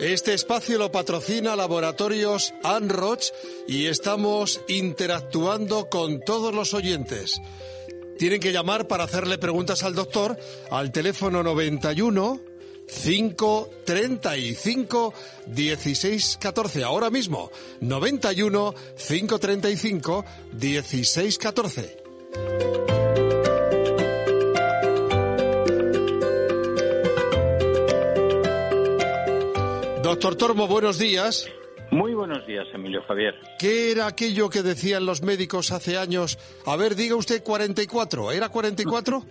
Este espacio lo patrocina Laboratorios Anroch y estamos interactuando con todos los oyentes. Tienen que llamar para hacerle preguntas al doctor al teléfono 91 535 1614. Ahora mismo, 91 535 1614. Doctor Tormo, buenos días. Muy buenos días, Emilio Javier. ¿Qué era aquello que decían los médicos hace años? A ver, diga usted 44. ¿Era 44?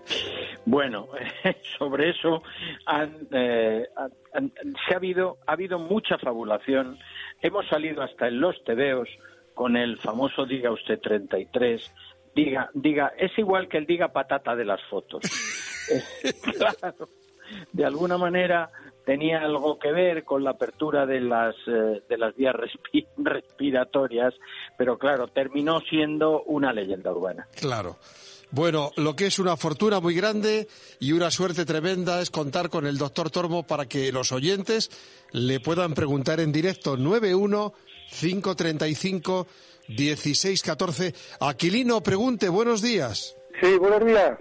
bueno, sobre eso han, eh, han, se ha habido, ha habido mucha fabulación. Hemos salido hasta en los tebeos con el famoso diga usted 33. Diga, diga, es igual que el diga patata de las fotos. claro, de alguna manera tenía algo que ver con la apertura de las, eh, de las vías respi respiratorias, pero claro, terminó siendo una leyenda urbana. Claro. Bueno, lo que es una fortuna muy grande y una suerte tremenda es contar con el doctor Tormo para que los oyentes le puedan preguntar en directo 91 535 1614. Aquilino, pregunte, buenos días. Sí, buenos días.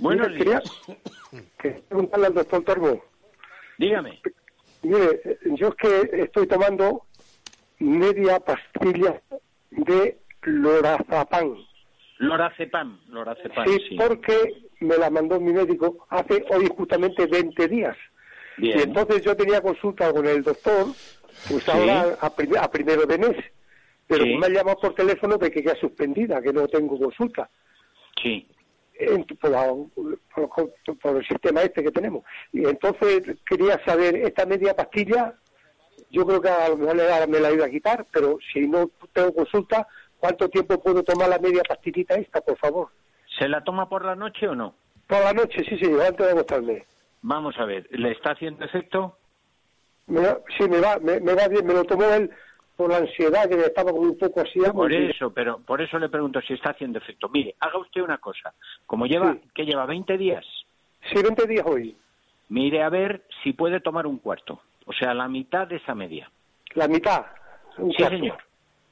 Buenos Mira, quería- quería preguntarle al doctor Tormo. Dígame. Mire, yo es que estoy tomando media pastilla de lorazepam. Lorazepam, lorazepam, Sí, sí. porque me la mandó mi médico hace hoy justamente 20 días. Bien. Y entonces yo tenía consulta con el doctor, pues Sí. ahora a, prim- a primero de mes. Pero Sí. me ha llamado por teléfono de que ya suspendida, que no tengo consulta. Sí. en- por, la- por- por el sistema este que tenemos. Y entonces quería saber, esta media pastilla, yo creo que a lo mejor le da- me la iba a quitar, pero si no tengo consulta, ¿cuánto tiempo puedo tomar la media pastillita esta, por favor? ¿Se la toma por la noche o no? Por la noche, sí, sí, antes de acostarme. Vamos a ver, ¿le está haciendo efecto? Me va- sí, me va, me, me va bien, me lo tomó él por la ansiedad que me estaba como un poco así. algo Por así. eso, pero por eso le pregunto si está haciendo efecto. Mire, haga usted una cosa. Como lleva, Sí. que lleva 20 días, Sí, 20 días hoy. mire a ver si puede tomar un cuarto, o sea, la mitad de esa media. La mitad. un Sí, cuarto. señor.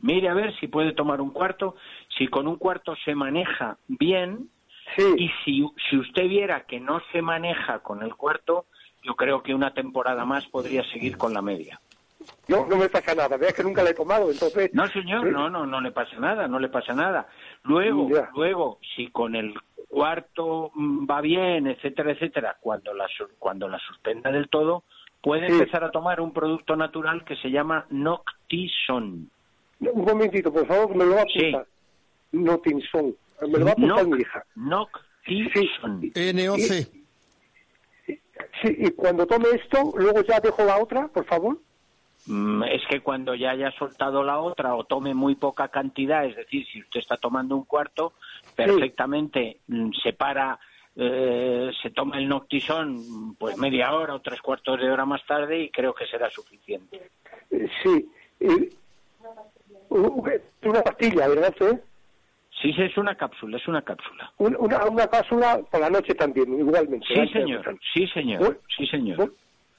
Mire a ver si puede tomar un cuarto, si con un cuarto se maneja bien Sí. y si, si usted viera que no se maneja con el cuarto, yo creo que una temporada más podría seguir con la media. No, no me pasa nada. Veas que nunca la he tomado, entonces... No, señor, no, no, no le pasa nada, no le pasa nada. Luego, Ya. luego, si con el cuarto mm, va bien, etcétera, etcétera, cuando la, su- cuando la suspenda del todo, puede Sí. empezar a tomar un producto natural que se llama Noctison. Un momentito, por favor, me lo va a Sí. apuntar. No, Tinson. Me lo va a apuntar Noc- mi hija. Noctison. NOC. Sí, y cuando tome esto, luego ya dejo la otra, por favor. Mm, Es que cuando ya haya soltado la otra o tome muy poca cantidad, es decir, si usted está tomando un cuarto, perfectamente mm, separa, eh, se toma el noctisón pues media hora o tres cuartos de hora más tarde y creo que será suficiente. Eh, Sí. Y- u- u- Una pastilla, ¿verdad? usted? Sí, sí, es una cápsula, es una cápsula. Un- Una, una cápsula por la noche también, igualmente. Sí, Gracias, señor, doctor. sí, Bueno, señor, sí, señor. bueno,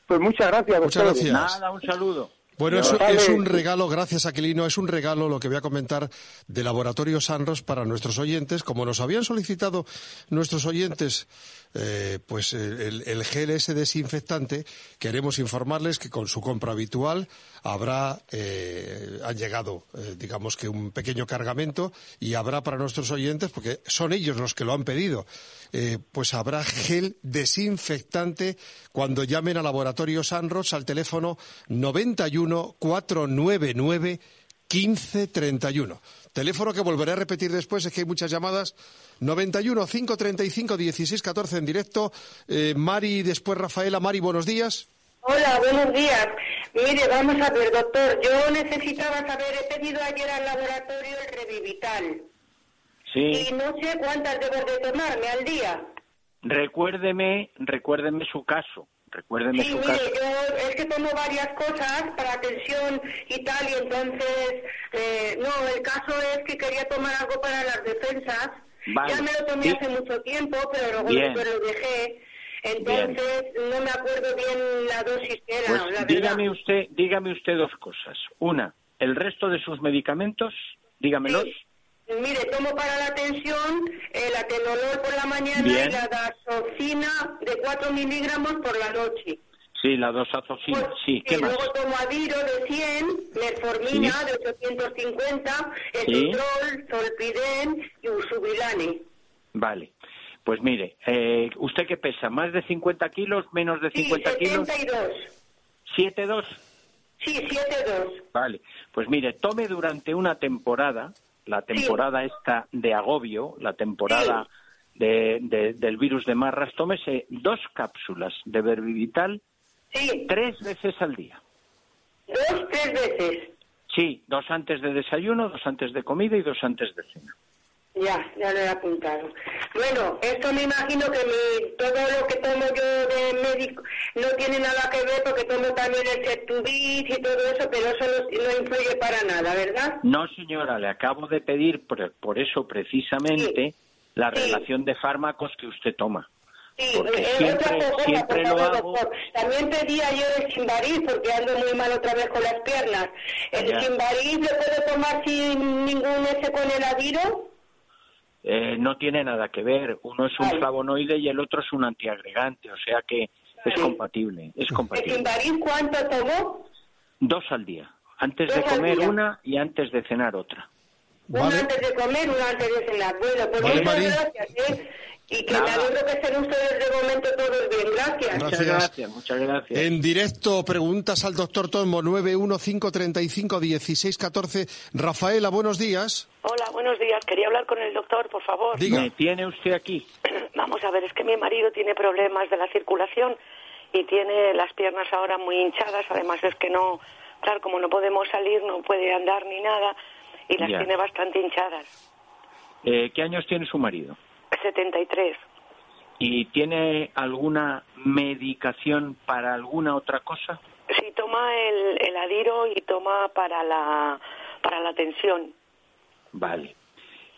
Pues muchas gracias, Muchas doctor. gracias. Nada, un saludo. Bueno, Ya es, vale. es un regalo, gracias Aquilino, es un regalo lo que voy a comentar de Laboratorio Sanros para nuestros oyentes. Como nos habían solicitado nuestros oyentes, eh, pues eh, el, el gel ese desinfectante, queremos informarles que con su compra habitual habrá, eh, han llegado, eh, digamos que un pequeño cargamento y habrá para nuestros oyentes, porque son ellos los que lo han pedido, eh, pues habrá gel desinfectante cuando llamen a Laboratorio Sanros al teléfono 91 499 1531. Teléfono que volveré a repetir después, es que hay muchas llamadas. 91 535 16 14 en directo. Eh, Mari, después Rafaela. Mari, buenos días. Hola, buenos días. Mire, vamos a ver, doctor. Yo necesitaba saber, he pedido ayer al laboratorio el Revivital. Sí. Y no sé cuántas debo de tomarme al día. Recuérdeme, recuérdeme su caso. Recuérdeme Sí, su mire, caso. yo es que tomo varias cosas para tensión y tal, y entonces, eh, no, el caso es que quería tomar algo para las defensas. Vale. Ya me lo tomé Sí. hace mucho tiempo, pero luego Bien. después lo dejé. Entonces, no me acuerdo bien la dosis que era, Pues la verdad. dígame usted, dígame usted dos cosas. Una, el resto de sus medicamentos, dígamelos. Sí. Mire, tomo para la tensión eh, la tenolol por la mañana Bien. y la dasoxina de 4 miligramos por la noche. Sí, la dosazoxina. Pues, Sí, ¿qué y más? Luego tomo Adiro de 100, Metformina Sí. de 850, Sí. Esutrol, Solpidem y Usubilane. Vale. Pues mire, eh, ¿usted qué pesa? ¿Más de 50 kilos? ¿Menos de Sí, 50 kilos? 72. ¿Siete, dos? Sí, 72. Vale. Pues mire, tome durante una temporada, la temporada esta de agobio, la temporada de- de- del virus de marras, tómese dos cápsulas de verbivital Sí, tres veces al día. dos, tres veces. Sí, dos antes de desayuno, dos antes de comida y dos antes de cena. Ya, ya lo he apuntado. Bueno, esto me imagino que mi- todo lo que tomo yo de médico no tiene nada que ver porque tomo también el Septubit y todo eso, pero eso no, no influye para nada, ¿verdad? No, señora, le acabo de pedir por, por eso precisamente la Sí. relación de fármacos que usted toma. Sí, Porque eh, siempre, otra cosa, siempre por lo favor, hago. doctor. También pedí ayer el Simbarid porque ando muy mal otra vez con las piernas. Ya. ¿El Simbarid lo puedo tomar sin ningún ese con el adiro? Eh, no tiene nada que ver. Uno es un Vale. flavonoide y el otro es un antiagregante, o sea que es compatible, es ¿El compatible. Simbarid cuánto tomó? Dos al día, antes Dos de al comer día. una y antes de cenar otra. Una Vale. antes de comer, una antes de cenar. Bueno, pues Vale, muchas Mari. gracias, ¿eh? Y que me Nada. alegro que estén ustedes de momento todos bien. Gracias. Gracias. Muchas gracias, muchas gracias. En directo, preguntas al doctor Tomo 915351614. Rafaela, buenos días. Hola, buenos días. Quería hablar con el doctor, por favor. Diga. ¿Me tiene usted aquí? Vamos a ver, es que mi marido tiene problemas de la circulación y tiene las piernas ahora muy hinchadas. Además es que no, claro, como no podemos salir, no puede andar ni nada y las Ya. tiene bastante hinchadas. Eh, ¿Qué años tiene su marido? 73. ¿Y tiene alguna medicación para alguna otra cosa? Sí, toma el, el adiro y toma para la para la tensión. Vale.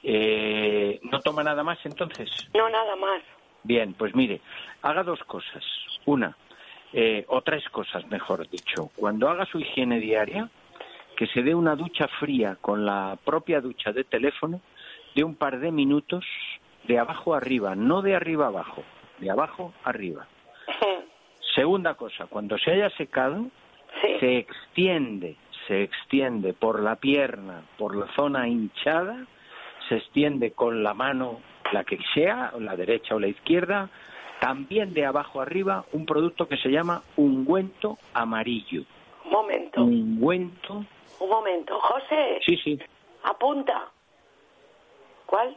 Eh, ¿No toma nada más entonces? No nada más. Bien, pues mire, haga dos cosas. Una, eh, o tres cosas, mejor dicho. Cuando haga su higiene diaria, que se dé una ducha fría con la propia ducha de teléfono de un par de minutos de abajo arriba, no de arriba abajo, de abajo arriba. Segunda cosa, cuando se haya secado, Sí. se extiende, se extiende por la pierna, por la zona hinchada, se extiende con la mano, la que sea, o la derecha o la izquierda, también de abajo arriba, un producto que se llama ungüento amarillo. Un momento. Mm. Ungüento. Un momento. José, Sí, sí. apunta. ¿Cuál?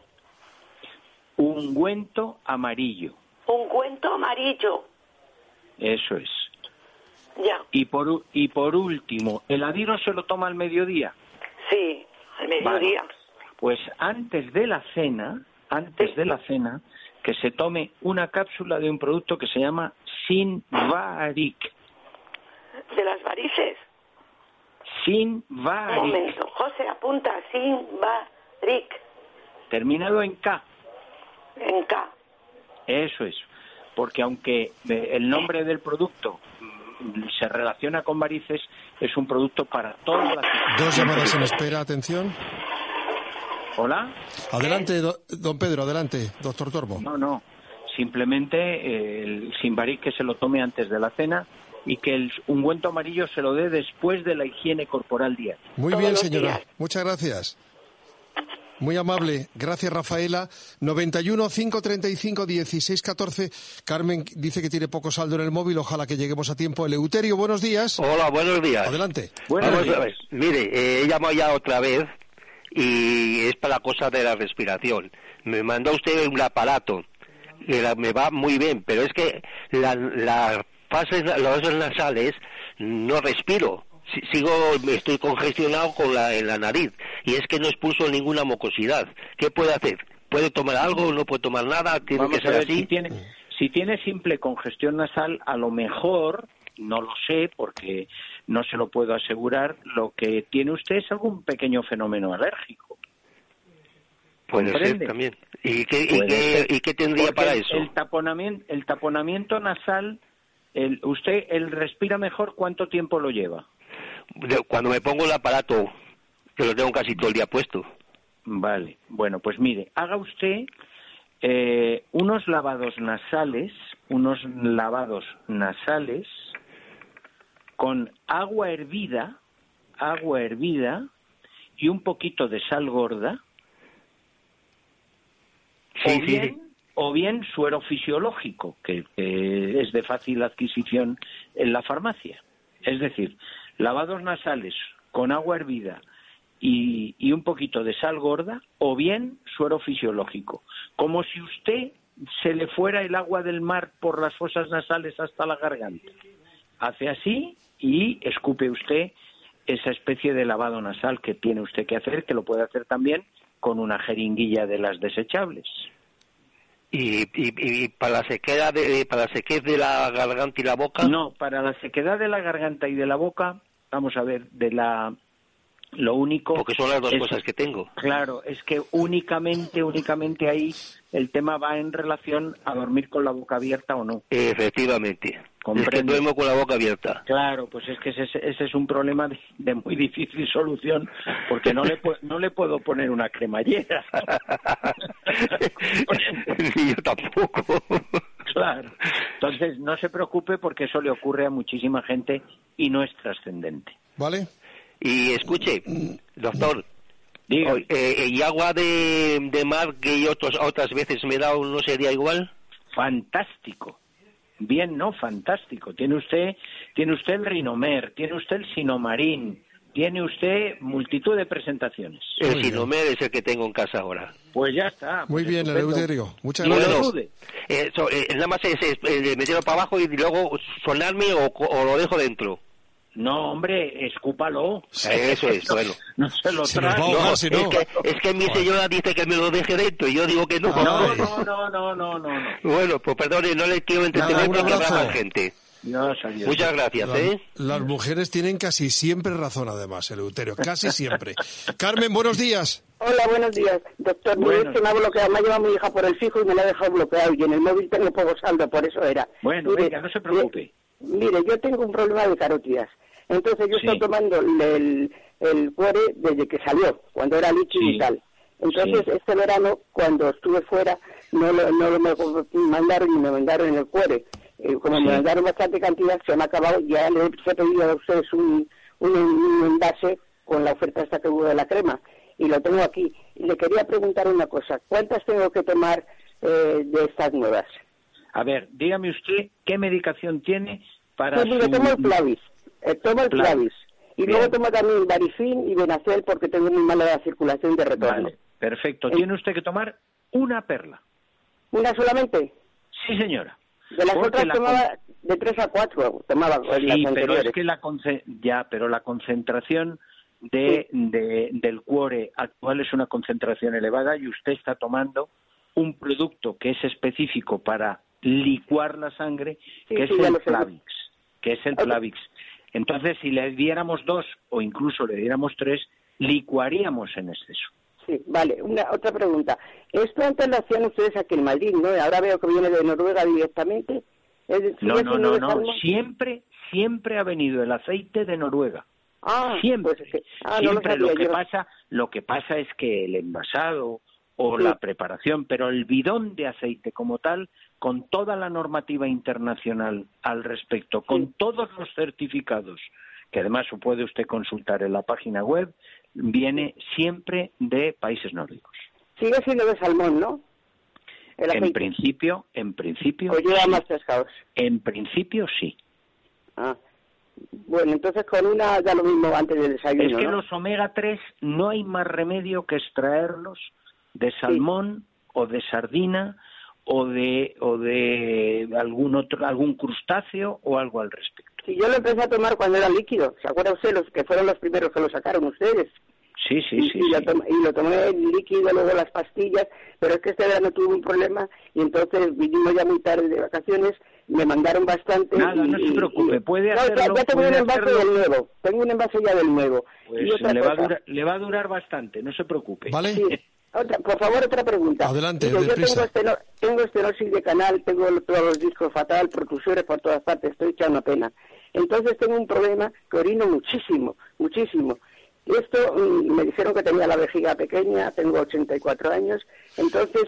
Ungüento amarillo. Un cuento amarillo. Eso es. Ya, Y por, u- y por último, ¿el adiro se lo toma al mediodía? sí, al mediodía. Vale. Pues antes de la cena, antes Sí. de la cena, que se tome una cápsula de un producto que se llama Sinvaric. De las varices. Un Sinvaric. momento. José, apunta. Simbaric. Terminado en K. En K. Eso es. Porque aunque eh, el nombre del producto mm, se relaciona con varices, es un producto para todas las... Dos llamadas en espera, atención. Hola. Adelante, do- don Pedro, adelante, doctor Tormo. No, no. Simplemente eh, el Simbaric que se lo tome antes de la cena y que el ungüento amarillo se lo dé después de la higiene corporal diaria. Muy Todos bien, los señora. días. Muchas gracias. Muy amable. Gracias, Rafaela. 91 535 16 14. Carmen dice que tiene poco saldo en el móvil. Ojalá que lleguemos a tiempo. Eleuterio, buenos días. Hola, buenos días. Adelante. Buenos Vamos días. a ver. Mire, eh, he llamado ya otra vez y es para la cosa de la respiración. Me mandó usted un aparato que la- me va muy bien, pero es que la- las fases, las fases nasales no respiro. Si- Sigo, estoy congestionado con la, en la nariz y es que no expuso ninguna mucosidad. ¿Qué puede hacer? ¿Puede tomar algo? ¿No puede tomar nada? ¿Tiene Vamos que a ser ver, así? Si tiene, si tiene simple congestión nasal, a lo mejor, no lo sé porque no se lo puedo asegurar, lo que tiene usted es algún pequeño fenómeno alérgico. Puede ¿Comprende? ser también. ¿Y qué, y Puede qué- ser. y qué tendría Porque para el- eso? El taponamiento, el taponamiento nasal, el, usted el respira mejor, ¿cuánto tiempo lo lleva? De- cuando me pongo el aparato, que lo tengo casi todo el día puesto. Vale, bueno, pues mire, haga usted eh, unos lavados nasales, unos lavados nasales con agua hervida, agua hervida y un poquito de sal gorda, Sí, o, sí, bien, sí. o bien suero fisiológico, que, que es de fácil adquisición en la farmacia. Es decir, lavados nasales con agua hervida y, y un poquito de sal gorda, o bien suero fisiológico. Como si usted se le fuera el agua del mar por las fosas nasales hasta la garganta. Hace así y escupe usted esa especie de lavado nasal que tiene usted que hacer, que lo puede hacer también con una jeringuilla de las desechables. Y, y- y para la sequedad de, para la sequez de la garganta y la boca, No, para la sequedad de la garganta y de la boca, vamos a ver, de la lo único porque son las dos es- cosas que tengo. Claro, es que únicamente únicamente ahí el tema va en relación a dormir con la boca abierta o no. Efectivamente. Es que Comprendo. duermo con la boca abierta. Claro, pues es que ese, ese es un problema de, de muy difícil solución porque no le pu- no le puedo poner una cremallera. Ni yo tampoco. Claro. Entonces, no se preocupe porque eso le ocurre a muchísima gente y no es trascendente. ¿Vale? Y escuche, doctor, Diga, o- eh, ¿y agua de, de mar que yo otros- otras veces me he dado no sería igual? fantástico. Bien, no, fantástico. Tiene usted, tiene usted el rinomer, tiene usted el sinomarín, tiene usted multitud de presentaciones. El sinomer es el que tengo en casa ahora. Pues ya está. Muy pues bien, estupendo. Eleuterio. Muchas No lo gracias. dude. Eh, so- eh, nada más es, es, eh, meterlo para abajo y luego sonarme o, co- o lo dejo dentro. No, hombre, escúpalo. Eh, Eso es, bueno. No se lo Se nos trague. va a ahogar, No, si no. Es, que, es que mi señora dice que me lo deje dentro y yo digo que no. No, no, no, no, no, no, no. Bueno, pues perdone, no le quiero Nada, entretener un porque habrá abrazo. más gente. Dios, adiós. Muchas gracias, La- ¿eh? Las mujeres tienen casi siempre razón, además, Eleuterio. Casi siempre. Carmen, buenos días. Hola, buenos días. Doctor, mi Buenos se me ha bloqueado, me ha llevado mi hija por el fijo y me la ha dejado bloqueado. Y en el móvil tengo poco saldo, por eso era. Bueno, venga, no se preocupe. eh, Mire, yo tengo un problema de carótidas. Entonces yo Sí. estoy tomando el, el cuore desde que salió, cuando era líquido Sí. y tal. Entonces Sí. este verano, cuando estuve fuera, no, lo- no lo me mandaron y me mandaron el cuore. Eh, como Sí. me mandaron bastante cantidad, se me ha acabado. Ya les he pedido a ustedes un, un, un envase con la oferta esta que hubo de la crema. Y lo tengo aquí. Y le quería preguntar una cosa. ¿Cuántas tengo que tomar eh, de estas nuevas? A ver, dígame usted qué medicación tiene para Pues mire, tomo el su... Flavis. eh, tomo el Flavis. Flavis. Y Bien. luego tomo también Varifin y Benacel porque tengo muy mala circulación de retorno. Vale, perfecto. Tiene usted que tomar una perla. ¿Una solamente? Sí, señora. De las Porque otras la tomaba de tres a cuatro. Tomaba las Sí, pero anteriores. es que la conce- ya, pero la concentración de, de- del cuore actual es una concentración elevada y usted está tomando un producto que es específico para licuar la sangre, Sí, que sí, es ya el lo sé. Plavix, que es el Ok. Plavix. Entonces, si le diéramos dos o incluso le diéramos tres, licuaríamos en exceso. Sí, vale. Una, otra pregunta. ¿Esto antes lo hacían ustedes aquí en Madrid, no? Ahora veo que viene de Noruega directamente. Es decir, No, ¿sigue no, siendo no, de no. salmón? Siempre, siempre ha venido el aceite de Noruega. Ah, siempre. pues es que- ah, no lo siempre lo, sabía que yo. pasa, lo que pasa es que el envasado o Sí. la preparación, pero el bidón de aceite como tal, con toda la normativa internacional al respecto, con todos los certificados, que además lo puede usted consultar en la página web, viene siempre de países nórdicos. Sigue siendo de salmón, ¿no? El En aceite. principio, en principio, O lleva más pescados. en principio sí. Ah. Bueno, entonces con una da lo mismo antes del desayuno. Es que ¿no? los omega 3 no hay más remedio que extraerlos de salmón o de sardina o de o de algún otro algún crustáceo o algo al respecto. Si yo lo empecé a tomar cuando era líquido, ¿se acuerda usted? Los que fueron los primeros que lo sacaron ustedes. Sí, sí, y, sí. y lo sí. tom- y lo tomé en líquido, luego las pastillas, pero es que este verano tuve un problema y entonces vinimos ya muy tarde de vacaciones, me mandaron bastante. Nada, y- no se y- preocupe, y- puede No, ya- hacerlo, Ya, tengo un puede envase hacerlo. del nuevo, tengo un envase ya del nuevo. Pues y otra le, va a cosa, durar, le va a durar bastante, no se preocupe. ¿Vale? sí, otra- por favor, otra pregunta. Adelante, Digo, yo deprisa. tengo, esteno- tengo estenosis de canal, tengo lo- todos los discos fatal, protusores por todas partes, estoy echando una pena. Entonces tengo un problema que orino muchísimo, muchísimo. Esto mm, me dijeron que tenía la vejiga pequeña, tengo 84 años, entonces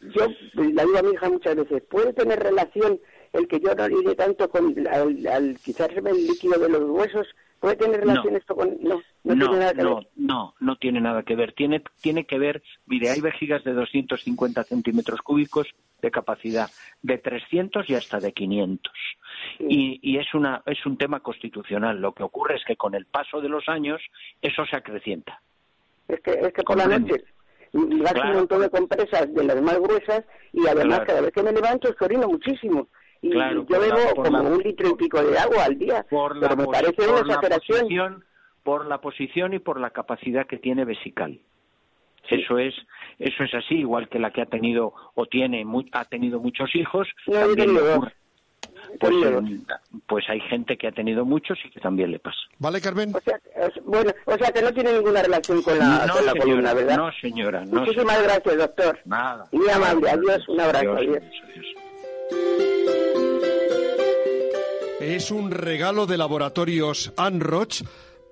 yo la digo a mi hija muchas veces, ¿puede tener relación el que yo no orine tanto con al, al quitarme el líquido de los huesos? ¿Puede tener No. relación esto con...? No, no, No, tiene nada que no, ver. no, no tiene nada que ver. Tiene, tiene que ver, mire, hay vejigas de 250 centímetros cúbicos de capacidad, de 300 y hasta de 500. Y, y es, una, es un tema constitucional. Lo que ocurre es que con el paso de los años eso se acrecienta. Es que, es que por la Comprendo. noche mm, gasto Claro. un montón de compresas de las más gruesas y además Claro. cada vez que me levanto es que orino muchísimo. Y Claro, yo por la- bebo por como la- un litro y pico de agua al día. Por la, pero me posi- parece una por la exageración. posición, por la posición y por la capacidad que tiene vesical. Eso es, eso es así, igual que la que ha tenido o tiene mu- ha tenido muchos hijos, No, yo también le tengo dos. ocurre. Pues, Tengo en- pues hay gente que ha tenido muchos y que también le pasa. ¿Vale, Carmen? O sea, es- bueno, o sea que no tiene ninguna relación con la, no, con la señora, columna, ¿verdad? no, señora, no, Muchísimas gracias, doctor. señora, nada. Muy amable, adiós, un abrazo, Adiós, adiós. adiós. Es un regalo de Laboratorios Anroch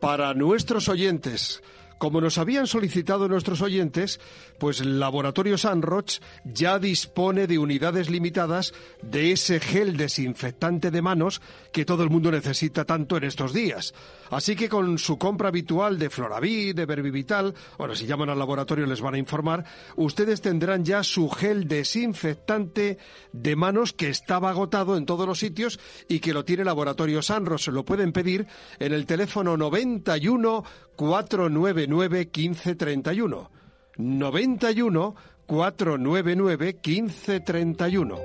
para nuestros oyentes. Como nos habían solicitado nuestros oyentes, pues Laboratorios Anroch ya dispone de unidades limitadas de ese gel desinfectante de manos que todo el mundo necesita tanto en estos días. Así que con su compra habitual de Floraví, de Verbivital, ahora si llaman al laboratorio les van a informar, ustedes tendrán ya su gel desinfectante de manos que estaba agotado en todos los sitios y que lo tiene Laboratorio Sanros. Se lo pueden pedir en el teléfono 91 499 1531. 91 499 1531.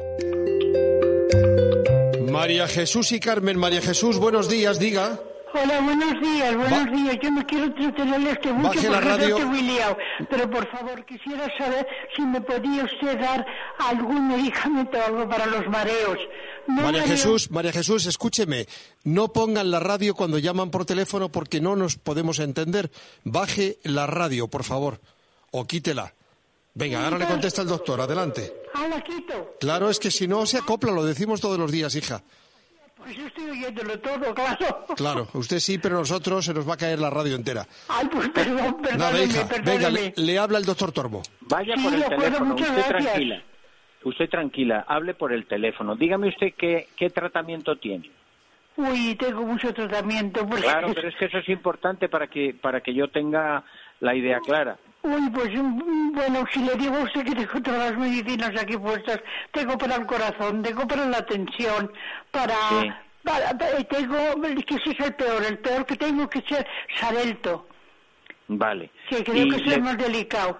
María Jesús y Carmen, María Jesús, buenos días, diga. Hola, buenos días, buenos días. Yo me quiero entretenerles que mucho Baje la porque radio. estoy muy Pero por favor, quisiera saber si me podía usted dar algún medicamento o algo para los mareos. María Jesús, María Jesús, escúcheme, no pongan la radio cuando llaman por teléfono porque no nos podemos entender. Baje la radio, por favor, o quítela. Venga, ahora le contesta el doctor, adelante. Ah, la quito. Claro, es que si no se acopla, lo decimos todos los días, hija. Pues yo estoy oyéndolo todo, claro. Claro, usted sí, pero nosotros se nos va a caer la radio entera. Ay, pues perdón, Nada, perdóneme, hija, venga, perdóneme. le, le habla el doctor Tormo. Vaya Sí, por el de acuerdo, teléfono, muchas usted gracias. tranquila. Usted tranquila, hable por el teléfono. Dígame usted qué, qué tratamiento tiene. Uy, tengo mucho tratamiento. Porque... Claro, pero es que eso es importante para que, para que yo tenga la idea clara. Uy, pues mm, bueno, si le digo a usted que tengo todas las medicinas aquí puestas, tengo para el corazón, tengo para la tensión, para... Sí. para- para- eh, tengo, que ese es el peor, el peor que tengo que ser Sarelto, Vale. que creo Y que es le- el más delicado.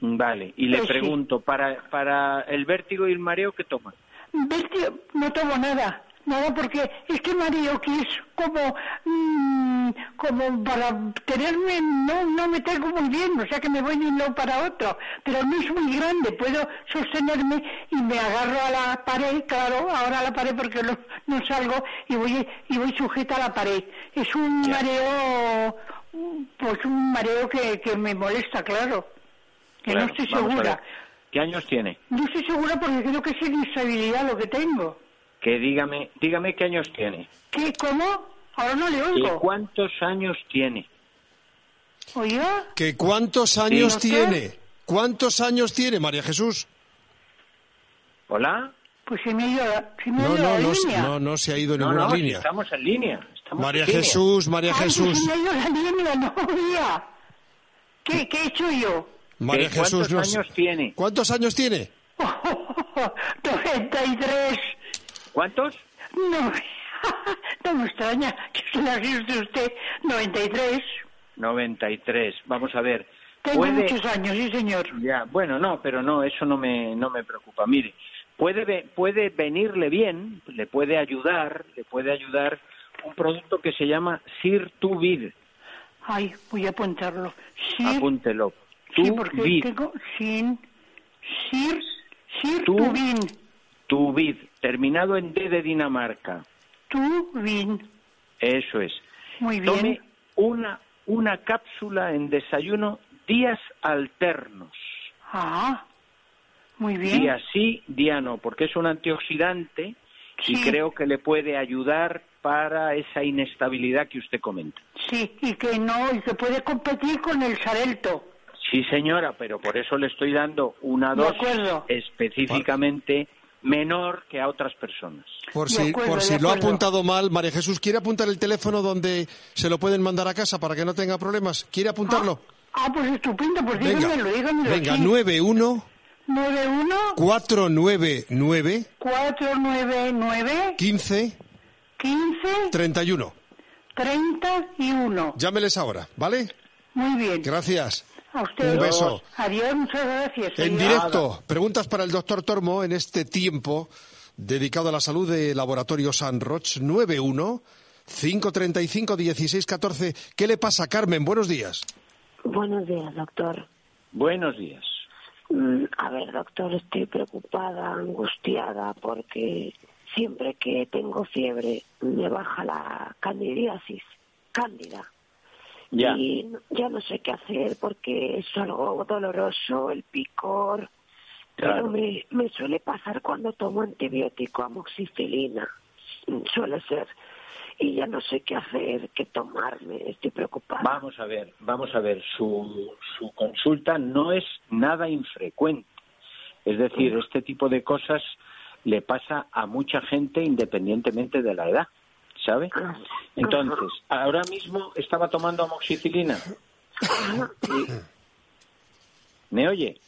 Vale, y le Pues sí. pregunto, para, para el vértigo y el mareo, ¿qué toma? ¿Ves, tío? No tomo nada, nada porque es que Mario que es como, mm, como para tenerme, no, no me tengo muy bien, o sea que me voy de un lado para otro, pero no es muy grande, puedo sostenerme y me agarro a la pared, claro, ahora a la pared porque no, no salgo y voy, y voy sujeta a la pared. Es un mareo, pues un mareo que, que me molesta, claro, que Claro, no estoy vamos a segura. ver. ¿Qué años tiene? No estoy segura porque creo que es inestabilidad lo que tengo. Que dígame, dígame qué años tiene. ¿Qué? ¿Cómo? Ahora no le ¿Y oigo. cuántos años tiene? ¿Oiga? ¿Que cuántos años doctor? tiene? ¿Cuántos años tiene, María Jesús? ¿Hola? Pues se me ha ido la, se me ha No, ido la no, no, se- línea. no, no se ha ido No, ninguna no, si línea. estamos en línea. estamos María en línea. pues Jesús, María Ay, que Jesús. se me ha ido la línea, no oiga. ¿Qué, qué he hecho yo? María Jesús, ¿Cuántos no sé. años tiene? ¿Cuántos años tiene? 93. ¿Cuántos? No, no me extraña que se la asuste usted. 93. 93. Vamos a ver. Tengo muchos años, sí, señor. Ya, bueno, no, pero no, eso no me, no me preocupa. Mire, puede, ve- puede venirle bien, le puede ayudar, le puede ayudar un producto que se llama Sirtuvid. Ay, voy a apuntarlo. Sir, Apúntelo. sí, porque Tuvid, tengo sin. Sir, Sir Tú. Tubin. Tuvid, terminado en D de Dinamarca. Tubin. Eso es. Muy bien. Tome una, una cápsula en desayuno días alternos. Ah, muy bien. Día sí, día no, porque es un antioxidante y Sí. creo que le puede ayudar para esa inestabilidad que usted comenta. Sí, y que no, y que puede competir con el Sarelto. Sí, señora, pero por eso le estoy dando una De dosis acuerdo. específicamente menor que a otras personas. Por De si, acuerdo, por de si lo ha acuerdo. apuntado mal, María Jesús, ¿quiere apuntar el teléfono donde se lo pueden mandar a casa para que no tenga problemas? ¿Quiere apuntarlo? Ah, pues estupendo, pues Venga, dígamelo, dígamelo. venga, sí. 91 91 499 499 15 15 31. 31. Llámeles ahora, ¿vale? Muy bien. Gracias. A usted. Un beso. Adiós, muchas gracias. En Adiós. directo, preguntas para el doctor Tormo en este tiempo dedicado a la salud de Laboratorio San Roch 91 535 1614. ¿Qué le pasa, Carmen? Buenos días. Buenos días, doctor. Buenos días. Mm, A ver, doctor, estoy preocupada, angustiada, porque siempre que tengo fiebre me baja la candidiasis, cándida. Ya. Y n- ya no sé qué hacer porque es algo doloroso, el picor. Claro. Pero me, me suele pasar cuando tomo antibiótico, amoxicilina, mm, suele ser. Y ya no sé qué hacer, qué tomarme, estoy preocupada. Vamos a ver, vamos a ver, su, su consulta no es nada infrecuente. Es decir, este tipo de cosas le pasa a mucha gente independientemente de la edad, ¿sabe? Ajá. Entonces, ahora mismo estaba tomando amoxicilina. ¿Me oye?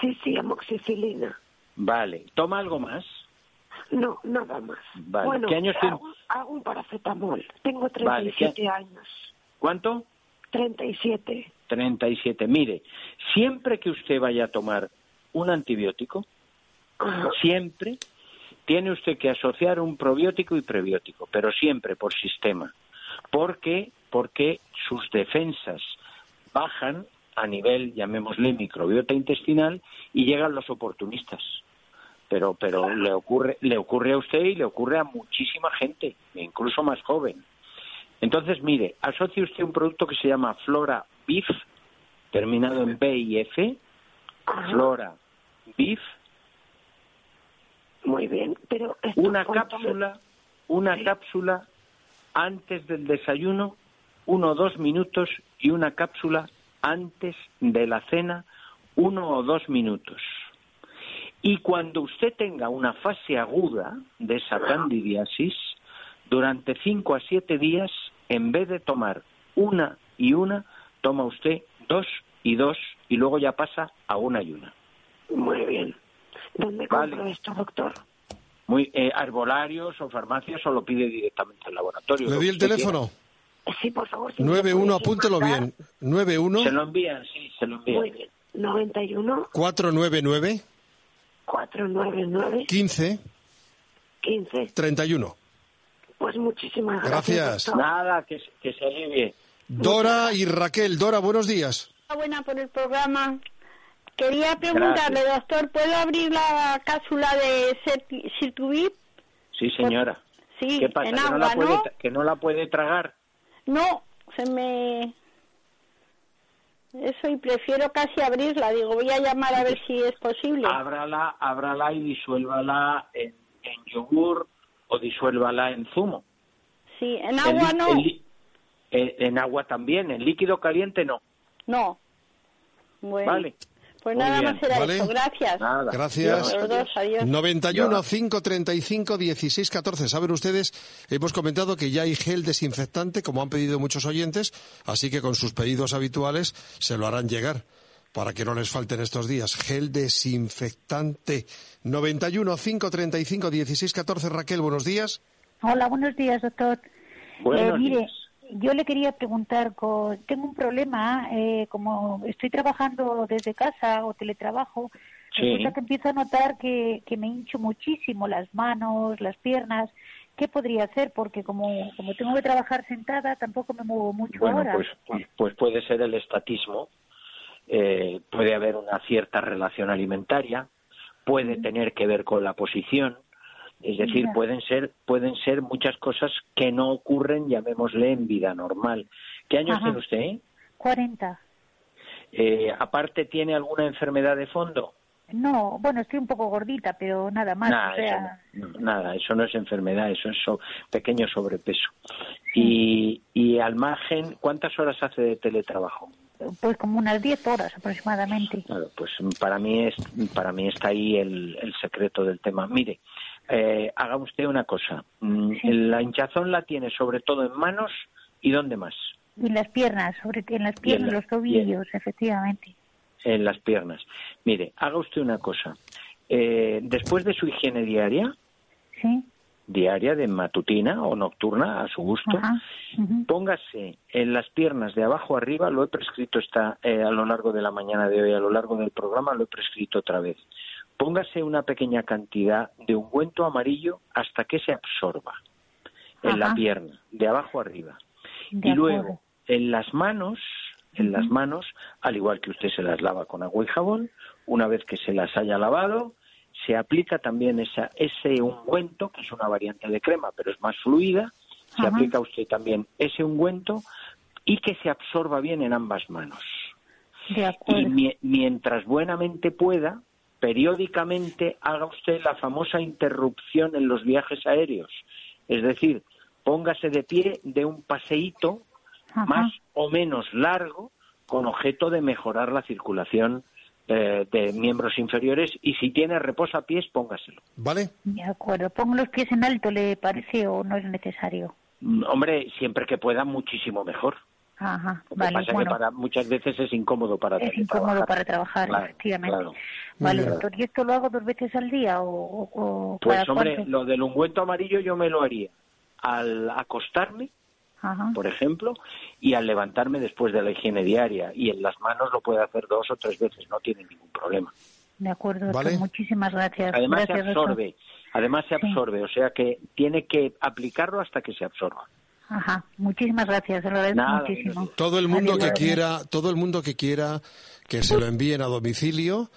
Sí, sí, amoxicilina. Vale. ¿Toma algo más? No, nada más. Vale, Bueno, ¿qué años tiene? hago, hago un paracetamol. Tengo Vale, ¿qué- 37 años. ¿Cuánto? 37. 37. Mire, siempre que usted vaya a tomar un antibiótico, Ajá. siempre tiene usted que asociar un probiótico y prebiótico, pero siempre por sistema. ¿Por qué? Porque sus defensas bajan a nivel, llamémosle, microbiota intestinal y llegan los oportunistas. Pero, pero le, ocurre, le ocurre a usted y le ocurre a muchísima gente, incluso más joven. Entonces, mire, asocie usted un producto que se llama Flora Beef, terminado en B y F, Flora Beef, Muy bien, pero... esto una cuánto cápsula, una cápsula antes del desayuno, uno o dos minutos, y una cápsula antes de la cena, uno o dos minutos. Y cuando usted tenga una fase aguda de esa candidiasis, durante cinco a siete días, en vez de tomar una y una, toma usted dos y dos, y luego ya pasa a una y una. me- Muy bien. ¿Dónde Vale. compro esto, doctor? Muy, eh, arbolarios o farmacias o lo pide directamente al laboratorio. Le lo di que el usted teléfono. Eh, Sí, por favor. si me 91, puedes apúntelo mandar. bien. quiera. Se 91 lo envían, sí, se lo Muy envían. bien. 91 499 499 15 15. 31. Pues muchísimas Gracias. gracias. doctor. Nada, que, se- que se alivie. Dora y Raquel. Dora, buenos días. Buena por el programa. Quería preguntarle, Gracias. doctor, ¿puedo abrir la cápsula de Sirtubit? Sí, señora. Sí, ¿Qué pasa? que, no la puede, tra- que no la puede tragar. No, se me... Eso y prefiero casi abrirla. Digo, voy a llamar a ver si es posible. Ábrala, ábrala y disuélvala en, en yogur o disuélvala en zumo. Sí, en En agua lí- no. en lí- eh, en agua también, en líquido caliente no. No. Bueno. Vale. Pues Muy nada bien. más era Vale. eso. Gracias. Nada. Gracias. Los dos, adiós. 91 Dora. 535 1614. Saben ustedes, hemos comentado que ya hay gel desinfectante, como han pedido muchos oyentes, así que con sus pedidos habituales se lo harán llegar. para que no les falten estos días. Gel desinfectante 91 535 1614. Raquel, buenos días. Hola, buenos días, doctor. Buenos Eh, mire, días. yo le quería preguntar, co- tengo un problema, eh, como estoy trabajando desde casa o teletrabajo, Sí. resulta que empiezo a notar que, que me hincho muchísimo las manos, las piernas. ¿Qué podría hacer? Porque como, como tengo que trabajar sentada, tampoco me muevo mucho Bueno, ahora. pues, pues, pues puede ser el estatismo, eh, puede haber una cierta relación alimentaria, puede tener que ver con la posición, es decir, Ya. pueden ser, pueden ser muchas cosas que no ocurren, llamémosle, en vida normal. ¿Qué años Ajá. tiene usted? eh? 40. Eh, aparte, ¿tiene alguna enfermedad de fondo? No, bueno, estoy un poco gordita, pero nada más. nada, o sea, eso no, nada, eso no es enfermedad, eso es so- pequeño sobrepeso. Y, y al margen, ¿cuántas horas hace de teletrabajo? pues como unas 10 horas aproximadamente. Claro, pues para mí es para mí está ahí el, el secreto del tema. Mire, eh, haga usted una cosa. Mm, La hinchazón la tiene sobre todo en manos y dónde más. Y las piernas, sobre en las Y en piernas, la- los tobillos, efectivamente. En las piernas. Mire, haga usted una cosa. Eh, después de su higiene diaria, Sí. diaria de matutina o nocturna a su gusto, póngase en las piernas de abajo arriba. Lo he prescrito esta eh, a lo largo de la mañana de hoy, a lo largo del programa lo he prescrito otra vez. póngase una pequeña cantidad de ungüento amarillo hasta que se absorba en la Ajá. pierna, de abajo arriba. De y acuerdo. luego, en las manos, en las manos, al igual que usted se las lava con agua y jabón, una vez que se las haya lavado, se aplica también esa, ese ungüento, que es una variante de crema, pero es más fluida, se Ajá. aplica usted también ese ungüento y que se absorba bien en ambas manos. De Y acuerdo. mie- mientras buenamente pueda, periódicamente haga usted la famosa interrupción en los viajes aéreos. Es decir, póngase de pie de un paseíto Ajá. más o menos largo con objeto de mejorar la circulación eh, de miembros inferiores y si tiene reposapiés, póngaselo. ¿Vale? De acuerdo. Pongo los pies en alto, ¿le parece o no es necesario? Mm, Hombre, siempre que pueda, muchísimo mejor. Ajá, Lo que vale. pasa es bueno, que para, muchas veces es incómodo para es teletrabajar. incómodo para trabajar, Claro, efectivamente. claro. Vale, Muy bien. doctor, ¿y esto lo hago dos veces al día o, o- o Pues cada hombre, cuánto? lo del ungüento amarillo yo me lo haría al acostarme, Ajá. por ejemplo, y al levantarme después de la higiene diaria. Y en las manos lo puede hacer dos o tres veces, no tiene ningún problema. De acuerdo, doctor, Vale. muchísimas gracias. Además se Gracias, doctor. absorbe, además se absorbe, o sea que tiene que aplicarlo hasta que se absorba. Ajá, muchísimas gracias, se lo agradezco Nada, muchísimo. Todo el mundo Adiós. que quiera, todo el mundo que quiera que se lo envíen a domicilio.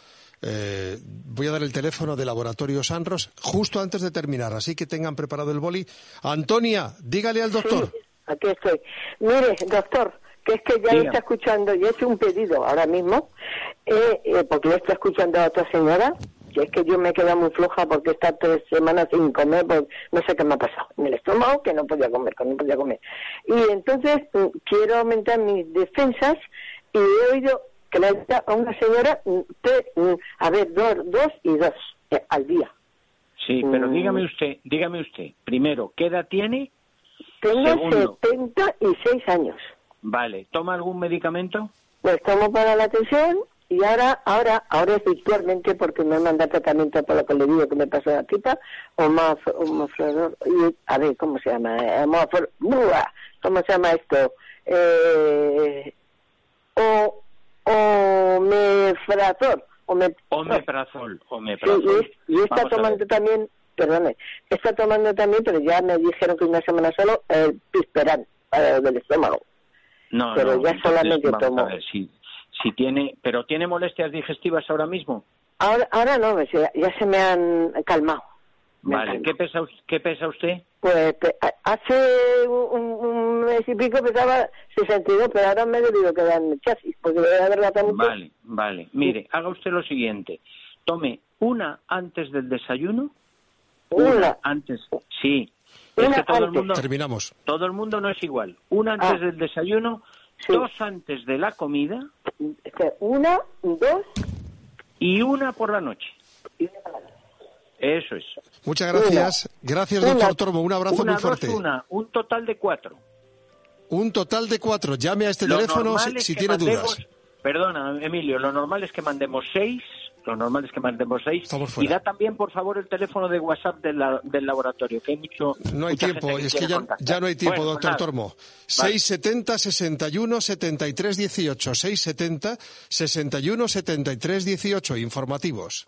eh, voy a dar el teléfono de Laboratorio Sanros justo antes de terminar, así que tengan preparado el boli. Antonia, dígale al doctor. Aquí estoy. Mire, doctor, que es que ya Diga. lo está escuchando, yo he hecho un pedido ahora mismo, eh, eh, porque lo está escuchando a otra señora, que es que yo me he quedado muy floja porque está tres semanas sin comer, pues, no sé qué me ha pasado en el estómago, que no podía comer, que no podía comer. Y entonces mm, quiero aumentar mis defensas y he oído que le da a una señora, mm, té, mm, a ver, dos, dos y dos eh, al día. Sí, pero Mm. dígame usted, dígame usted, primero, ¿qué edad tiene? Tengo Segundo. 76 años. Vale, ¿toma algún medicamento? Pues tomo para la atención y ahora, ahora, ahora es virtualmente porque me manda tratamiento por lo que le digo que me pasó la pipa, o más, o más flor- y, a ver, ¿cómo se llama? Eh, más flor- ¡Bua! ¿Cómo se llama esto? Eh, o, o o me, Omeprazol, omeprazol. Sí, y, y está Vamos a ver. tomando también, perdone, está tomando también, pero ya me dijeron que una semana solo, el pisperán eh, del estómago. No, pero no, ya entonces, solamente vamos a tomo. ver, si, si tiene, pero tiene molestias digestivas ahora mismo. Ahora, ahora no, pues, ya, ya se me han calmado. Vale, ¿qué pesa, us- qué pesa usted? Pues pe- ha- hace un, un- un mes y pico pesaba 62, pero ahora me he debido quedar en el chasis, porque de verdad está mucho. Vale, vale. Mire, haga usted lo siguiente. Tome una antes del desayuno. Una. antes. Sí. Una es que todo el antes. mundo. Terminamos. Todo el mundo no es igual. Una antes Ah. del desayuno, dos antes de la comida. Una, dos. Y una por la noche. Eso es. Muchas gracias. Gracias, doctor Tormo. Un abrazo Una, muy dos, fuerte. una. Un total de cuatro. Un total de cuatro. Llame a este Lo teléfono normal si, es si que tiene mandemos- dudas. Perdona, Emilio, lo normal es que mandemos seis, lo normal es que mandemos seis. Y fuera. da también, por favor, el teléfono de WhatsApp del la- del laboratorio, que hay mucho... No hay mucha gente tiempo, que es que quiere ya, contactar. ya no hay tiempo, Bueno, pues doctor nada. Tormo. Vale. 670 61 73 18, 670 61 73 18, informativos.